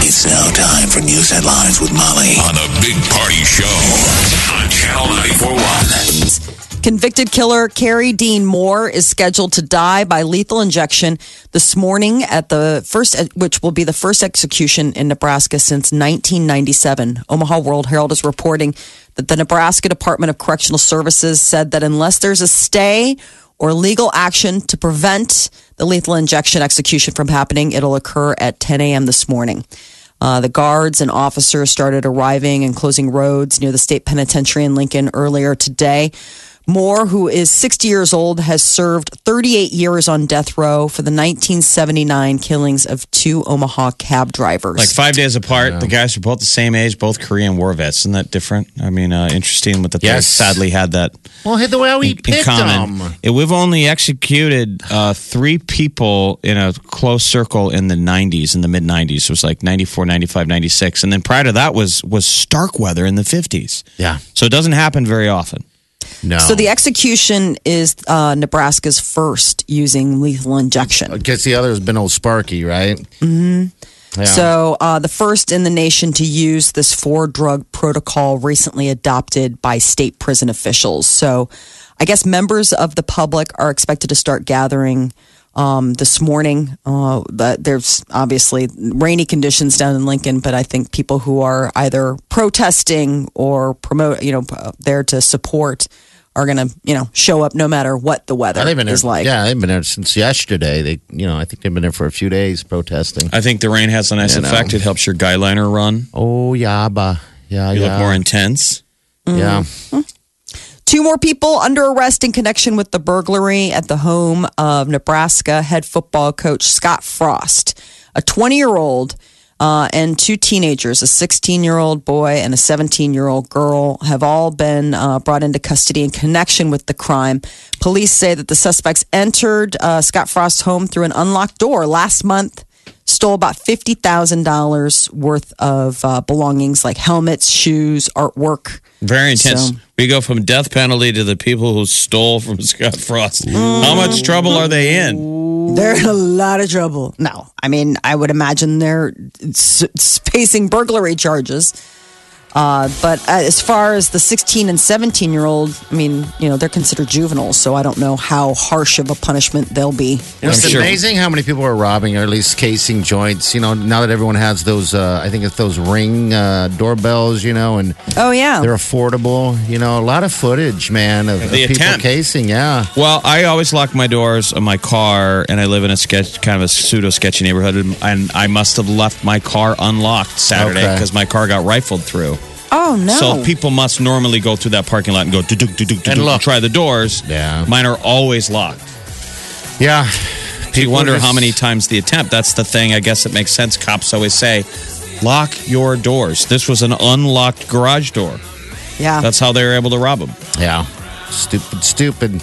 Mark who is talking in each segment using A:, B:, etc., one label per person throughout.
A: It's now time for news headlines with Molly on the Big Party Show on Channel 941.
B: Convicted killer Carrie Dean Moore is scheduled to die by lethal injection this morning at the first, which will be the first execution in Nebraska since 1997. Omaha World Herald is reporting that the Nebraska Department of Correctional Services said that unless there's a stay or legal action to prevent the lethal injection execution from happening, it'll occur at 10 a.m. this morning. Uh, the guards and officers started arriving and closing roads near the state penitentiary in Lincoln earlier today. Moore, who is 60 years old, has served 38 years on death row for the 1979 killings of two Omaha cab drivers.
C: Like five days apart. The guys were both the same age, both Korean war vets. Isn't that different? I mean, uh, interesting with the
D: Yes.
C: sadly had that
D: Well, hit the way we
C: in, in
D: picked
C: common.
D: them.
C: Yeah, We've only executed uh, three people in a close circle in the 90s, in the mid 90s. It was like 94, 95, 96. And then prior to that was, was Starkweather in the 50s.
D: Yeah.
C: So it doesn't happen very often.
D: No.
B: So the execution is uh, Nebraska's first using lethal injection.
D: Guess the other has been old Sparky, right? Mm-hmm. Yeah.
B: So uh, the first in the nation to use this four drug protocol recently adopted by state prison officials. So I guess members of the public are expected to start gathering. Um, this morning, uh, but there's obviously rainy conditions down in Lincoln, but I think people who are either protesting or promote, you know, uh, there to support are going to, you know, show up no matter what the weather
D: Yeah, they've been there,
B: is like.
D: yeah, they've been there since yesterday. They, you know, I think they've been there for a few days protesting.
C: I think the rain has a nice
D: You know.
C: effect. It helps your guy liner run.
D: Oh yeah, bah. yeah,
C: You
D: yeah,
C: look more intense.
D: yeah.
B: Mm-hmm. Two more people under arrest in connection with the burglary at the home of Nebraska head football coach Scott Frost, a 20 year old. Uh, and two teenagers, a 16 year old boy and a 17 year old girl, have all been uh, brought into custody in connection with the crime. Police say that the suspects entered uh, Scott Frost's home through an unlocked door last month stole about $50,000 worth of uh, belongings like helmets, shoes, artwork.
C: Very intense.
B: So-
C: we go from death penalty to the people who stole from Scott Frost. How much trouble are they in?
B: They're in a lot of trouble. No, I mean, I would imagine they're s- s- facing burglary charges. Uh, but as far as the 16 and 17 year old, I mean, you know, they're considered juveniles, so I don't know how harsh of a punishment they'll be.
D: You know, it's
C: I'm sure-
D: amazing how many people are robbing or at least casing joints. You know, now that everyone has those, uh, I think it's those ring uh, doorbells. You know, and
B: Oh, yeah.
D: they're affordable. You know, a lot of footage, man, of, of
C: The
D: people
C: attempt.
D: casing. Yeah,
C: Well, I always lock my doors on my car, and I live in a sketch, kind of a pseudo sketchy neighborhood, and- and I must have left my car unlocked Saturday
D: Okay.
C: because my car got rifled through.
B: oh, no.
C: So people must normally go through that parking lot and go do do do do
D: And
C: and
D: look.
C: try the doors.
D: Yeah.
C: mine are always locked.
D: yeah.
C: You
D: People
C: wonder
D: just-
C: how many times the attempt. That's the thing. I guess it makes sense. Cops always say, "Lock your doors." This was an unlocked garage door.
B: yeah.
C: That's how they were able to rob him.
D: Yeah, stupid, stupid.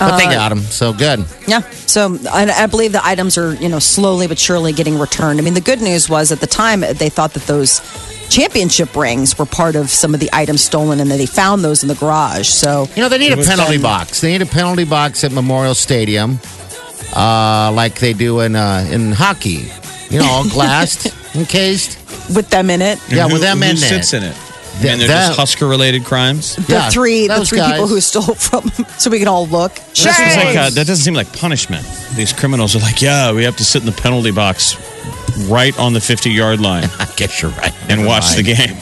D: But they got them, so good.
B: Yeah. So and I believe the items are, you know, slowly but surely getting returned. I mean, the good news was at the time they thought that those championship rings were part of some of the items stolen and that they found those in the garage. So
D: You know, they need a
C: was
D: penalty
C: fun.
D: box. They need a penalty box at Memorial Stadium, uh, like they do in uh, in hockey. You know, all glassed, encased.
B: with them in it,
D: Yeah,
C: And
D: with
C: who-
D: them
C: who
D: in
C: sits
D: it.
C: in it.
D: Th-
C: and they're
D: that-
C: just Husker-related crimes.
B: the
D: Yeah,
B: three the
D: those
B: three
D: guys.
B: people who stole from so we can all look.
C: That seems like uh that doesn't seem like punishment. These criminals are like, yeah, we have to sit in the penalty box right on the 50 yard line
D: I guess you're right.
C: and
D: Never
C: watch the
D: mind.
C: game.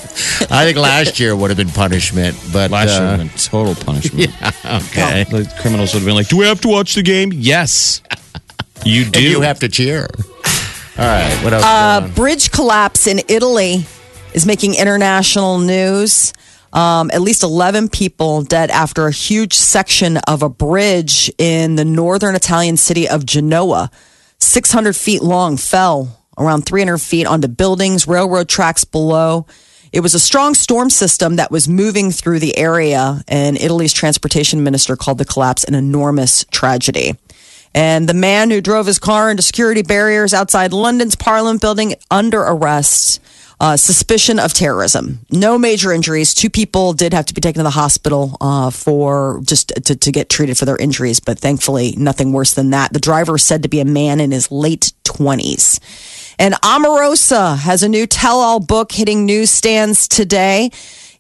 D: I think last year would have been punishment, but
C: Last year would
D: uh,
C: have been total punishment.
D: okay.
C: The criminals would have been like, do we have to watch the game? Yes. You Uh, do.
D: And you have to cheer. All right, what else?
B: A Uh, bridge collapse in Italy is making international news. Um, at least 11 people dead after a huge section of a bridge in the northern Italian city of Genoa, 600 feet long, fell around 300 feet onto buildings, railroad tracks below. It was a strong storm system that was moving through the area, and Italy's transportation minister called the collapse an enormous tragedy. And the man who drove his car into security barriers outside London's Parliament building under arrest, uh, suspicion of terrorism. No major injuries. Two people did have to be taken to the hospital uh, for just to, to get treated for their injuries, but thankfully nothing worse than that. The driver was said to be a man in his late 20s. And Omarosa has a new tell all book hitting newsstands today.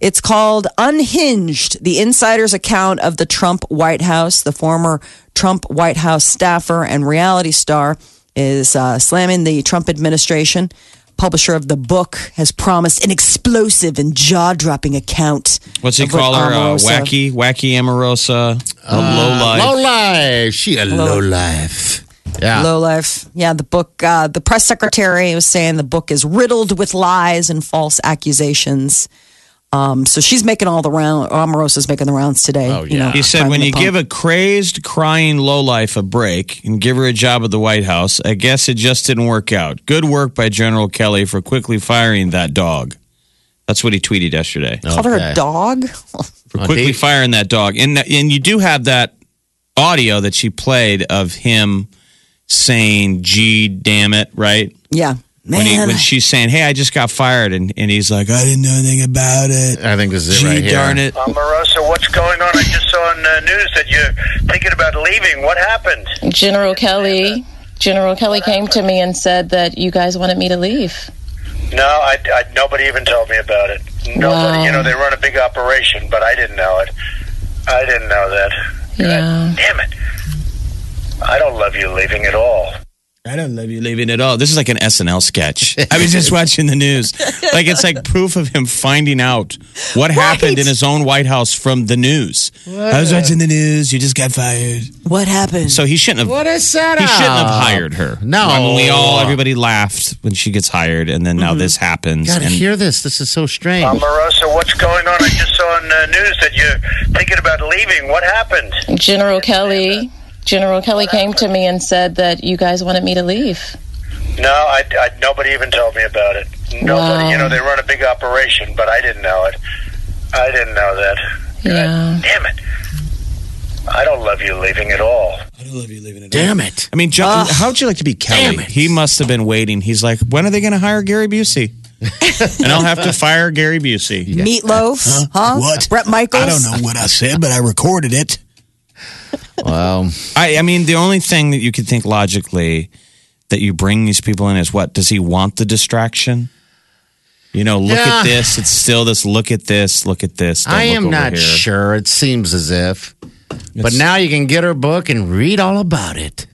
B: It's called Unhinged, the insider's account of the Trump White House. The former Trump White House staffer and reality star is uh, slamming the Trump administration. Publisher of the book has promised an explosive and jaw dropping account.
C: What's he
B: of what
C: call her? Uh,
B: Omarosa-
C: wacky, wacky Amorosa,
D: Uh,
C: a low
D: Low
C: life.
D: life. She a low, life. Yeah.
B: Low life. Yeah, the book, uh, the press secretary was saying the book is riddled with lies and false accusations. Um, so she's making all the round. Omarosa's making the rounds today. Oh, yeah.
D: Ah,
C: He said, when you give a crazed, crying lowlife a break and give her a job at the White House, I guess it just didn't work out. Good work by General Kelly for quickly firing that dog. That's what he tweeted yesterday.
D: Uh,
B: Called her a
D: Okay.
B: dog?
C: For quickly
D: Indeed.
C: firing that dog. And, and you do have that audio that she played of him saying, gee, damn it, right?
B: yeah. Man.
C: when, he, when
B: I-
C: she's saying, hey, I just got fired. And, and he's like, I didn't know anything about it.
D: I think this is
C: Gee,
D: it right here.
C: darn it.
E: Uh, Marosa, what's going on? I just saw on the news that you're thinking about leaving. What happened?
F: General Kelly, General Kelly came to me and said that you guys wanted me to leave.
E: No, I, I- nobody even told me about it. Nobody,
F: Wow.
E: you know, they run a big operation, but I didn't know it. I didn't know that. God
F: Yeah.
E: damn it. I don't love you leaving at all.
C: I don't love you leaving at all. This is like an SNL sketch. I was just watching the news. Like it's like proof of him finding out what happened in his own White House from the news. I was watching the news. You just got fired.
B: what happened?
C: So he shouldn't have.
D: What a setup.
C: He shouldn't have hired her.
D: No.
C: I mean, we all everybody laughed when she gets hired, and then now this happens.
D: Mm-hmm. Gotta
C: and
D: hear this. This is so strange.
E: Uh, Marosa, what's going on? I just saw on the news that you're thinking about leaving. What happened?
F: General Kelly, General Kelly came to me and said that you guys wanted me to leave.
E: No, I, I, nobody even told me about it. Nobody,
F: Wow.
E: you know, they run a big operation, but I didn't know it. I didn't know that. God
F: Yeah.
E: damn it. I don't love you leaving at all.
D: Damn it.
C: I mean, John, how would you like to be Kelly? He must have been waiting. He's like, when are they going to hire Gary Busey? and I'll have to fire Gary Busey.
B: Meatloaf? Huh?
G: What?
B: Brett Michaels?
G: I don't know what I said, but I recorded it.
D: Well,
C: I, I mean, the only thing that you could think logically that you bring these people in is what? Does he want the distraction? You know, look
D: Yeah.
C: at this. It's still this. Look at this. Look at this. Don't
D: I
C: look
D: am
C: over
D: not
C: here.
D: sure. It seems as if. But
C: It's-
D: now you can get her book and read all about it.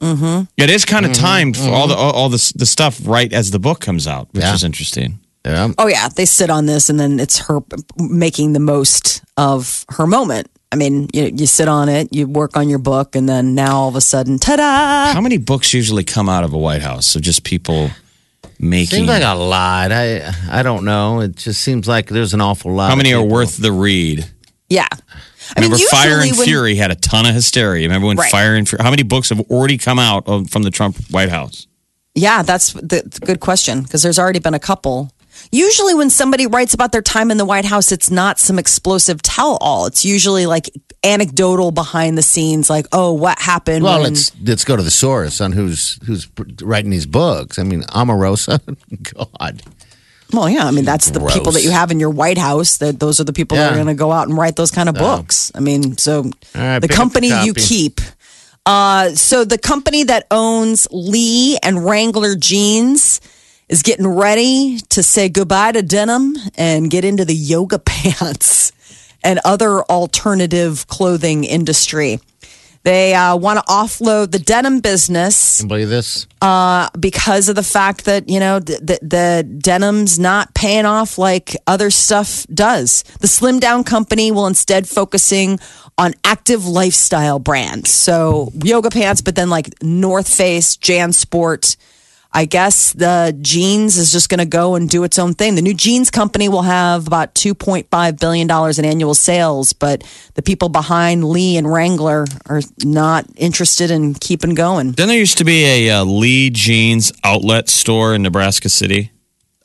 C: It is kind
D: Mm-hmm,
C: of timed for all the all, all this the stuff right as the book comes out, which
D: Yeah.
C: is interesting.
D: Yeah.
B: Oh, yeah. They sit on this, and then it's her making the most of her moment. I mean, you, you sit on it, you work on your book, and then now all of a sudden, ta da!
C: How many books usually come out of a White House? So just people making.
D: Seems like a lot. I I don't know. It just seems like there's an awful lot.
C: how
D: of
C: many are
D: people.
C: worth the read?
B: Yeah. I
C: Remember,
B: mean,
C: Fire
B: usually
C: and
B: when-
C: Fury had a ton of hysteria. Remember when
B: Right.
C: Fire and Fury? How many books have already come out of, from the Trump White House?
B: Yeah, that's the, the good question because there's already been a couple. Usually, when somebody writes about their time in the White House, it's not some explosive tell all. It's usually like anecdotal behind the scenes, like, oh, what happened?
D: Well,
B: when-
D: let's let's go to the source on who's who's writing these books. I mean, Omarosa. God.
B: well, yeah, I mean, that's the people that
D: Gross.
B: you have in your White House. That those are the people that are
D: Yeah.
B: going to go out and write those kind of books. I mean, so
D: right,
B: the
D: pick up the
B: company you
D: copy.
B: keep. Uh, so the company that owns Lee and Wrangler jeans is getting ready to say goodbye to denim and get into the yoga pants and other alternative clothing industry. They uh, want to offload the denim business
D: Can you believe this?
B: because of the fact that you know the, the, the denim's not paying off like other stuff does. The slim down company will instead focusing on active lifestyle brands, so yoga pants, but then like North Face, JanSport. I guess the jeans is just going to go and do its own thing. The new jeans company will have about $2.5 billion in annual sales, but the people behind Lee and Wrangler are not interested in keeping going.
C: Then there used to be a uh, Lee Jeans outlet store in Nebraska City.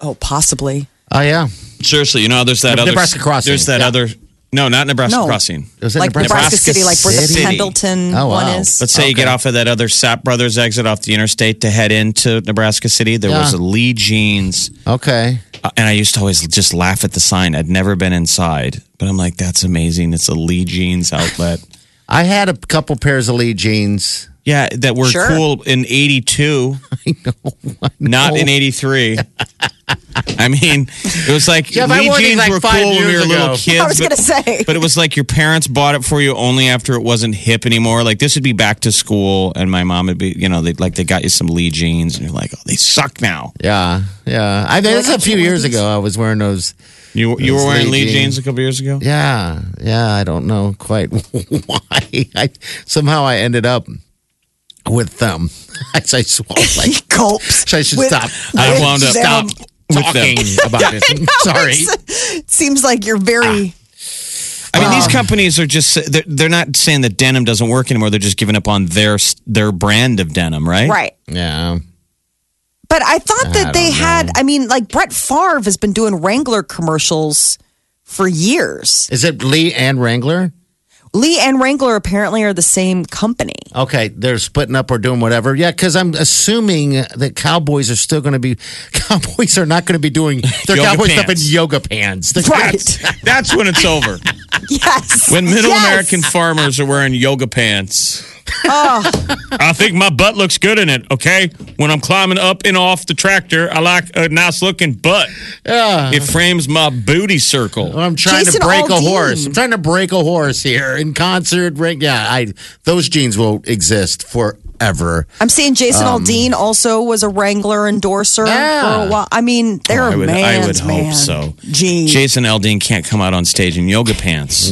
B: Oh, possibly.
D: Oh, yeah.
C: Seriously, you know, there's that
D: Ne-
C: other
D: Nebraska Crossing,
C: There's that
D: yeah.
C: other. No, not Nebraska
B: No.
C: Crossing.
D: It was in
B: Like Nebraska,
D: Nebraska.
B: City, like where
C: City.
B: the Pendleton
D: Oh,
B: one
D: wow.
B: is.
C: Let's say you get off of that other Sap Brothers exit off the interstate to head into Nebraska City. There
D: Yeah.
C: was a Lee Jeans,
D: Okay.
C: uh, and I used to always just laugh at the sign. I'd never been inside, but I'm like, that's amazing. It's a Lee Jeans outlet.
D: I had a couple pairs of Lee jeans.
C: yeah, that were
B: Sure.
C: cool in '82,
D: I know. I know.
C: not in '83. I mean, it was like
D: Jeff, I
C: Lee
D: wore these
C: jeans
D: like
C: were
D: five
C: cool when we
D: years
C: were
D: ago.
C: little kids.
B: I was
C: but-
B: going to say.
C: But it was like your parents bought it for you only after it wasn't hip anymore. Like this would be back to school, and my mom would be, you know, they like they got you some Lee jeans, and you're like, oh, they suck now.
D: Yeah, yeah. I mean, this is a few years ago. I was wearing those.
C: You you
D: Those
C: were wearing
D: Lee
C: Lee jeans.
D: jeans
C: a couple years ago.
D: Yeah, yeah. I don't know quite why. I somehow I ended up with them. As I swallowed, like
B: he gulps.
D: I should
B: with-
D: stop.
C: I
B: with
C: wound up
B: them.
C: with
D: talking
C: them.
D: about it.
B: I know,
D: Sorry.
B: it's- It seems like you're very.
C: I mean, these companies are just they're, they're not saying that denim doesn't work anymore. They're just giving up on their their brand of denim, right?
B: Right.
D: Yeah.
B: But I thought that
D: I
B: they
D: don't
B: had, I mean, like Brett Favre has been doing Wrangler commercials for years.
D: Is it Lee and Wrangler?
B: Lee and Wrangler apparently are the same company.
D: Okay, they're splitting up or doing whatever. Yeah, because I'm assuming that cowboys are still going to be. Cowboys are not going to be doing their
C: Yoga
D: cowboy stuff in
C: pants.
D: yoga pants. They're
C: That's when it's over.
B: Yes.
C: When middle
B: Yes.
C: American farmers are wearing yoga pants.
B: Oh,
C: I think my butt looks good in it, okay? When I'm climbing up and off the tractor, I like a nice looking butt. It frames my booty circle.
B: Oh,
D: I'm trying
B: Jason
D: to break a
B: Aldean.
D: horse. I'm trying to break a horse here in concert. Ring. Yeah, I those jeans will exist forever.
B: I'm seeing Jason Aldean also was a Wrangler endorser
D: Yeah.
B: for a while. I mean, they're
C: I
B: a
C: would, I would
B: man's
C: hope
B: man.
C: so.
B: Gene.
C: Jason Aldean can't come out on stage in yoga pants.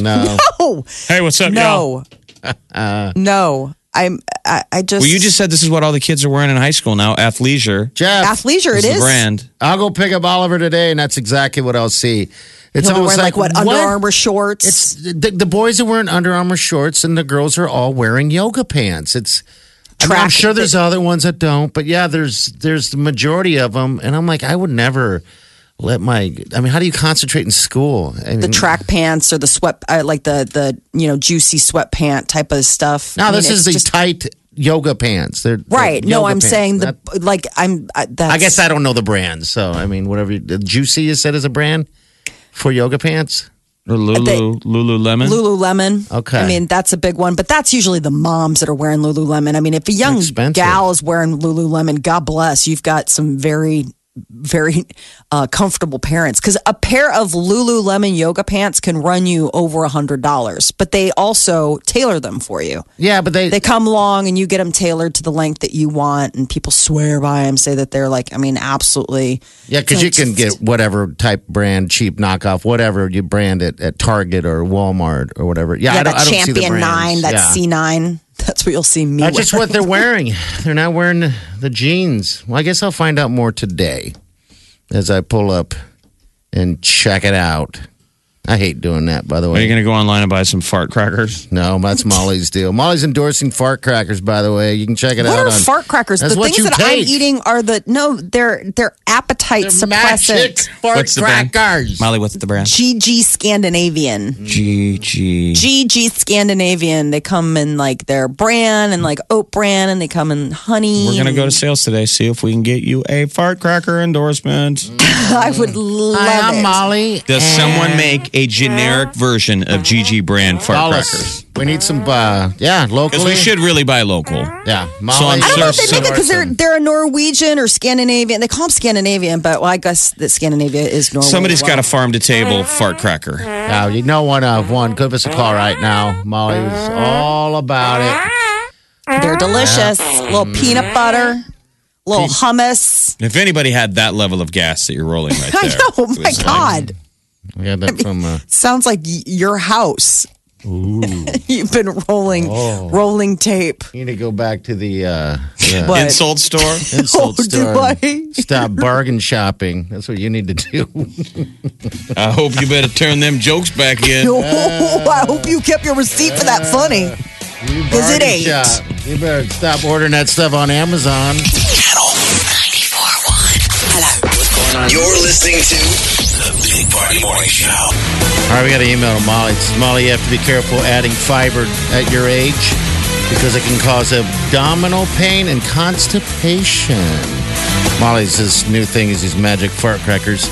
D: No,
B: Oh,
C: Hey, what's up, y'all?
B: no. no. I'm, I, I just.
C: Well, you just said this is what all the kids are wearing in high school now athleisure.
D: Jeff,
B: Athleisure, it
C: It's the
B: is.
C: brand.
D: I'll go pick up Oliver today, and that's exactly what I'll see. It's
B: He'll be
D: almost
B: wearing like, what, Under Armour shorts.
D: It's the, the boys are wearing Under Armour shorts, and the girls are all wearing yoga pants. It's I mean, I'm
B: Track-
D: sure there's other ones that don't, but yeah, there's there's the majority of them, and I'm like, I would never let my. I mean, how do you concentrate in school? I mean,
B: the track pants or the sweat, uh, like the the you know juicy sweat pant type of stuff.
D: No,
B: I mean,
D: this is
B: it's
D: the
B: just-
D: tight yoga pants. They're they're
B: right. No,
D: yoga
B: I'm
D: pants.
B: saying the
D: That-
B: like I'm. I, that's,
D: I guess I don't know the brand, so I mean, whatever. you- Juicy is said as a brand for yoga pants.
C: Or Lulu, Lululemon.
B: Lululemon.
D: Okay.
B: I mean that's a big one, but that's usually the moms that are wearing Lululemon. I mean, if a young
D: Expensive.
B: gal is wearing Lululemon, God bless, you've got some very very uh, comfortable parents because a pair of Lululemon yoga pants can run you over a hundred dollars, but they also tailor them for you.
D: Yeah, but they,
B: they come along and you get them tailored to the length that you want and people swear by them say that they're like i mean absolutely
D: yeah, because you can get whatever type brand, cheap knockoff, whatever you brand it at Target or Walmart or whatever. Yeah,
B: yeah
D: I don't,
B: that
D: I don't see the
B: champion
D: brands.
B: nine that
D: yeah.
B: c9 that's what you'll see me
D: That's just
B: wear.
D: what they're wearing. They're not wearing the jeans. Well, I guess I'll find out more today as I pull up and check it out. I hate doing that, by the way.
C: Are you going to go online and buy some fart crackers?
D: No, that's Molly's deal. Molly's endorsing fart crackers, by the way. You can check it
B: what
D: out.
B: are
D: on,
B: fart crackers
D: That's
B: the
D: what
B: things
D: you
B: that i'm
D: take.
B: eating are the no they're they're appetite
D: They're magic
B: suppressants
D: fart
C: What's the brand?
D: crackers.
C: Molly, what's the brand?
B: gg
C: Mm.
B: scandinavian
C: GG.
B: gg scandinavian they come in like their bran and like oat bran and they come in honey
C: We're going to
B: and-
C: go to sales today, see if we can get you a fart cracker endorsement.
B: i would love
D: Hi, I'm
B: it
D: Molly.
C: Does someone make a generic version of GG brand fart crackers?
D: Dollars. We need some, uh, yeah,
C: Because
D: locally.
C: we should really buy local.
D: Yeah, Molly.
C: I'm
B: I don't know if
C: Surf
B: they make it because they're
D: Larson.
B: they're a Norwegian or Scandinavian. They call them Scandinavian, but well, I guess that Scandinavia is Norway.
C: Somebody's got a farm to table fart cracker.
D: No, you know one of one. Give us a call right now. Molly's all about it.
B: They're delicious. Little peanut butter, little hummus.
C: If anybody had that level of gas that you're rolling right there.
B: I know. Oh
C: it
B: My
C: was like-
B: God,
D: We got that from. Uh,
B: sounds like y- your house. You've been rolling,
D: Oh.
B: rolling tape.
D: You need to go back to the uh, yeah,
B: What?
C: Insult store.
D: insult
B: Oh, do
D: store.
B: I?
D: Stop bargain shopping. That's what you need to do.
C: I hope you better turn them jokes back in.
B: Oh, I hope you kept your receipt for that funny. Because it
D: Bargain
B: ain't.
D: shop. You better stop ordering that stuff on Amazon.
A: Channel 941. Hello. You're listening to The Big Party Morning Show.
D: All right, we got an email to Molly. It says, Molly, you have to be careful adding fiber at your age because it can cause abdominal pain and constipation. Molly's this new thing is these magic fart crackers.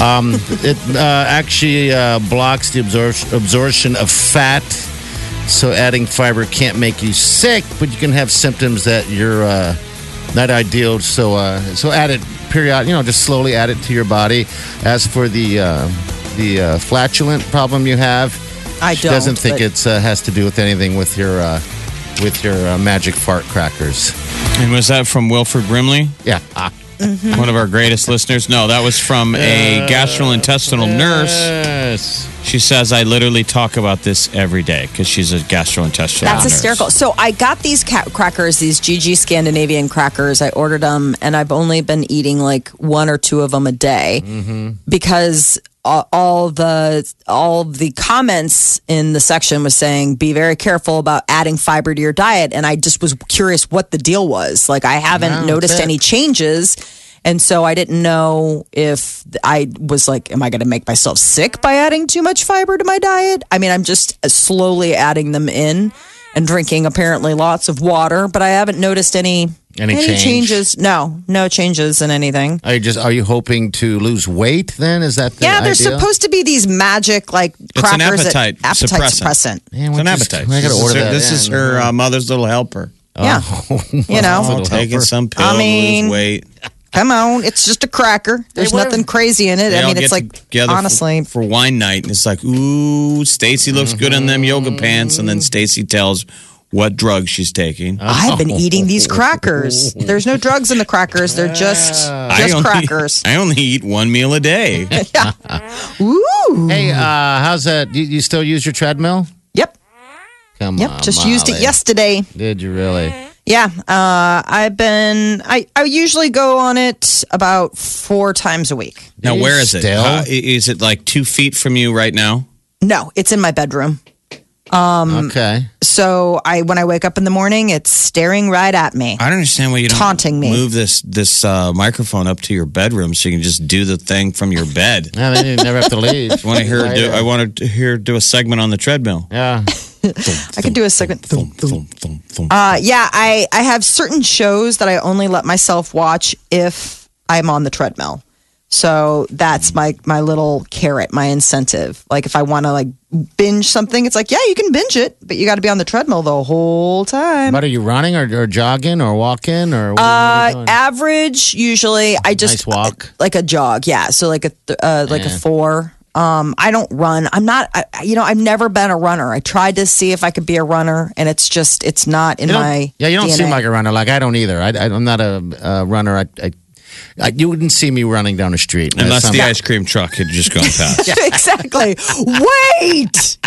D: Um, it uh, actually uh, blocks the absor- absorption of fat, so adding fiber can't make you sick, but you can have symptoms that you're uh, not ideal. So, uh, so add it period. You know, just slowly add it to your body. As for the uh, the uh, flatulent problem you have,
B: I
D: she doesn't
B: don't,
D: think
B: but-
D: it's uh, has to do with anything with your uh, with your uh, magic fart crackers.
C: And was that from Wilford Brimley,
D: Yeah. Ah.
C: one of our greatest listeners? No, that was from a gastrointestinal nurse.
D: Yes.
C: She says, I literally talk about this every day because she's a gastrointestinal
B: That's
C: nurse.
B: hysterical. So I got these cat crackers, these GG Scandinavian crackers. I ordered them, and I've only been eating like one or two of them a day because a- all the all the comments in the section was saying be very careful about adding fiber to your diet, and I just was curious what the deal was. Like I haven't
D: No,
B: noticed
D: that's it.
B: any changes. And so I didn't know if I was like, am I going to make myself sick by adding too much fiber to my diet? I mean, I'm just uh, slowly adding them in and drinking apparently lots of water, but I haven't noticed any
D: Any change?
B: changes. No, no changes in anything.
D: Are you just are you hoping to lose weight? Then is that the
B: yeah,
D: idea?
B: they're supposed to be these magic like
C: It's an
B: crackers
C: appetite
B: that, appetite
C: suppressant.
B: suppressant.
D: Man,
C: It's
D: what
C: an
D: just-
C: appetite.
D: I
C: This
D: gotta
C: is
D: order
C: her,
D: that.
C: this is
D: in.
C: her uh, mother's little helper.
B: Yeah, you know,
C: Oh, taking some pill
B: I mean,
C: to lose weight.
B: come on, it's just a cracker. There's
D: were-
B: nothing crazy in it.
C: They
B: I
C: all
B: mean, it's
C: get
B: like
C: together for-
B: honestly,
C: for, wine night, and it's like, ooh, Stacy looks good in them yoga
B: Mm-hmm.
C: pants, and then Stacy tells what drug she's taking.
D: Uh,
B: I've been eating these crackers. There's no drugs in the crackers. They're just
C: I
B: just
C: only-
B: crackers.
C: I only eat one meal a day.
B: Ooh.
D: Hey, uh, how's that? You, you still use your treadmill?
B: Yep.
D: Come
B: Yep.
D: on,
B: Just used it
D: Molly.
B: yesterday.
D: Did you really?
B: Yeah. Uh, I've been. I I usually go on it about four times a week.
C: now,
D: you
C: where is it?
D: still?
C: How- i- Is it like two feet from you right now?
B: No, it's in my bedroom. Um,
D: okay.
B: So I when I wake up in the morning, it's staring right at me.
C: I don't understand why you don't
B: Taunting me.
C: move this this uh, microphone up to your bedroom so you can just do the thing from your bed.
D: Yeah, then you never have to leave.
C: I want to hear her do, I want to hear her do a segment on the treadmill.
D: Yeah.
B: I could do a second.
C: Thump, thump, thump, thump.
B: Uh, yeah, I, I have certain shows that I only let myself watch if I'm on the treadmill. So that's my my little carrot, my incentive. Like if I want to like binge something, it's like yeah, you can binge it, but you got to be on the treadmill the whole time.
D: But are you running or, or jogging or walking or what are you
B: Uh,
D: doing?
B: average usually I just uh,
D: Nice walk.
B: like a jog, yeah. So like a th- uh, like a four. Um, I don't run. I'm not. I, I- you know, I've never been a runner. I tried to see if I could be a runner, and it's just it's not in
D: You don't-
B: my
D: yeah, you don't
B: DNA.
D: seem like a runner. Like I don't either. I, I, am not a uh, runner. I, I, I, you wouldn't see me running down the street
C: Unless
D: I'm-
C: the ice cream truck had just gone past.
B: exactly. Wait.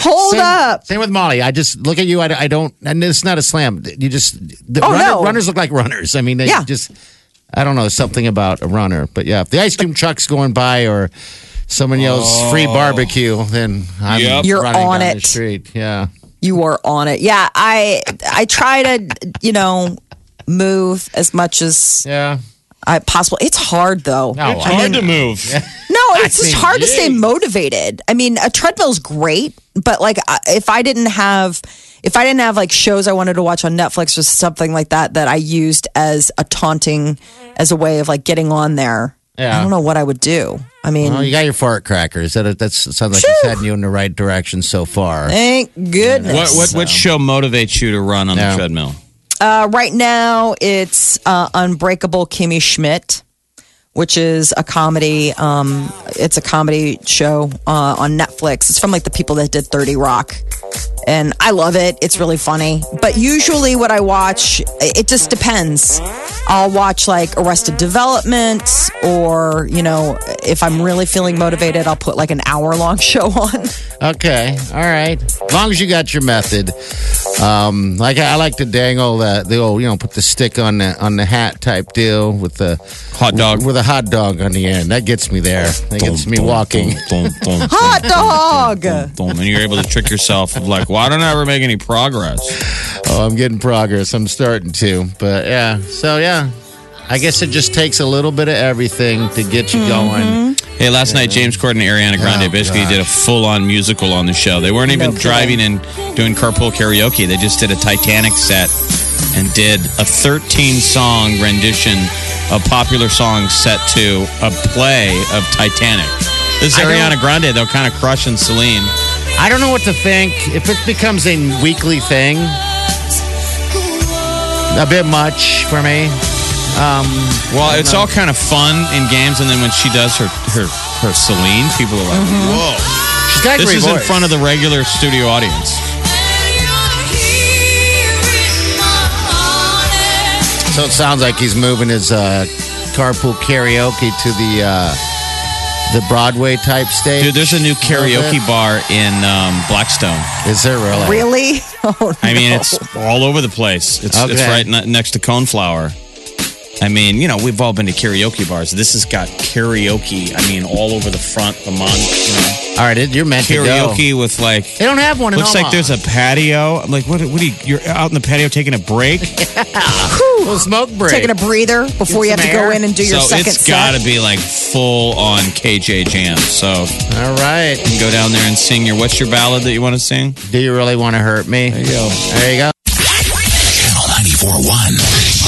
B: Hold
D: Same,
B: up.
D: same with Molly. I just look at you. I, I don't, and it's not a slam. You just, the
B: Oh,
D: runner-
B: no.
D: runners look like runners. I mean, they
B: Yeah.
D: just, I don't know, something about a runner. But yeah, if the ice cream truck's going by or someone yells free barbecue, then I'm
C: Oh. Yep.
B: You're
D: running
B: on
D: down the
B: it.
D: street. Yeah.
B: You are on it. Yeah, I I try to, you know, move as much as
D: Yeah. Oh,
B: I possible. It's hard though.
D: No,
B: I mean,
C: to move.
B: no, it's just hard to stay motivated. I mean, a treadmill's great, but like I- if I didn't have if I didn't have like shows I wanted to watch on Netflix or something like that that I used as a taunting as a way of like getting on there.
D: Yeah.
B: I don't know what I would do. I mean,
D: Well, you got your fart crackers. That that's, sounds like it's heading you in the right direction so far.
B: thank goodness.
C: What, what, what show motivates you to run on
D: Yeah.
C: the treadmill?
B: Uh, right now, it's uh, Unbreakable Kimmy Schmidt, which is a comedy. Um, it's a comedy show uh, on Netflix. It's from like the people that did 30 Rock. And I love it. It's really funny. But usually, what I watch, it just depends. I'll watch like Arrested Development, or, you know, if I'm really feeling motivated, I'll put like an hour long show on.
D: Okay, all right. As long as you got your method, um, like I, I like to dangle the the old, you know, put the stick on the on the hat type deal with the
C: Hot dog.
D: with a hot dog on the end. That gets me there. That gets me walking.
B: Hot dog!
C: And you're able to trick yourself of like, why don't I ever make any progress?
D: Oh, I'm getting progress. I'm starting to, but yeah. So yeah, I guess it just takes a little bit of everything to get you going.
C: Hey, last night James Corden and Ariana Grande
D: Oh,
C: basically did a full-on musical on the show. They weren't even driving and doing carpool karaoke. They just did a Titanic set and did a 13-song rendition of popular songs set to a play of Titanic. This is
D: I don't-
C: Ariana Grande, though, kind of crushing Celine.
D: I don't know what to think. If it becomes a weekly thing, a bit much for me. Um,
C: Well, it's all kind of fun in games, and then when she does her her her Celine, people are like, "Whoa!"
D: she's got
C: This
D: great
C: is in
D: Mm-hmm. voice.
C: front of the regular studio audience.
D: So it sounds like he's moving his uh, carpool karaoke to the uh, the Broadway type stage.
C: Dude, there's a new karaoke bar in um, Blackstone.
D: Is there really?
B: Really? Oh,
C: I mean, it's all over the place. It's it's
D: Okay.
C: right ne- next to Coneflower. I mean, you know, we've all been to karaoke bars. This has got karaoke. I mean, all over the front, the mon. You
D: All right, it- you're meant
C: know,
D: to go.
C: karaoke with like.
D: They don't have one. In
C: Looks like
D: Omaha.
C: there's a patio. I'm like, what? What are you? You're out in the patio taking a break.
D: Well, smoke break.
B: taking a breather before you have
D: Get
B: to
D: some
B: go
D: air.
B: in and do your
C: so
B: second
C: it's got
B: set.
C: to be like full on KJ jam. So
D: All right.
C: you can go down there and sing your. What's your ballad that you want to sing?
D: Do you really want to hurt me? There you go. There you go.
A: Channel 941.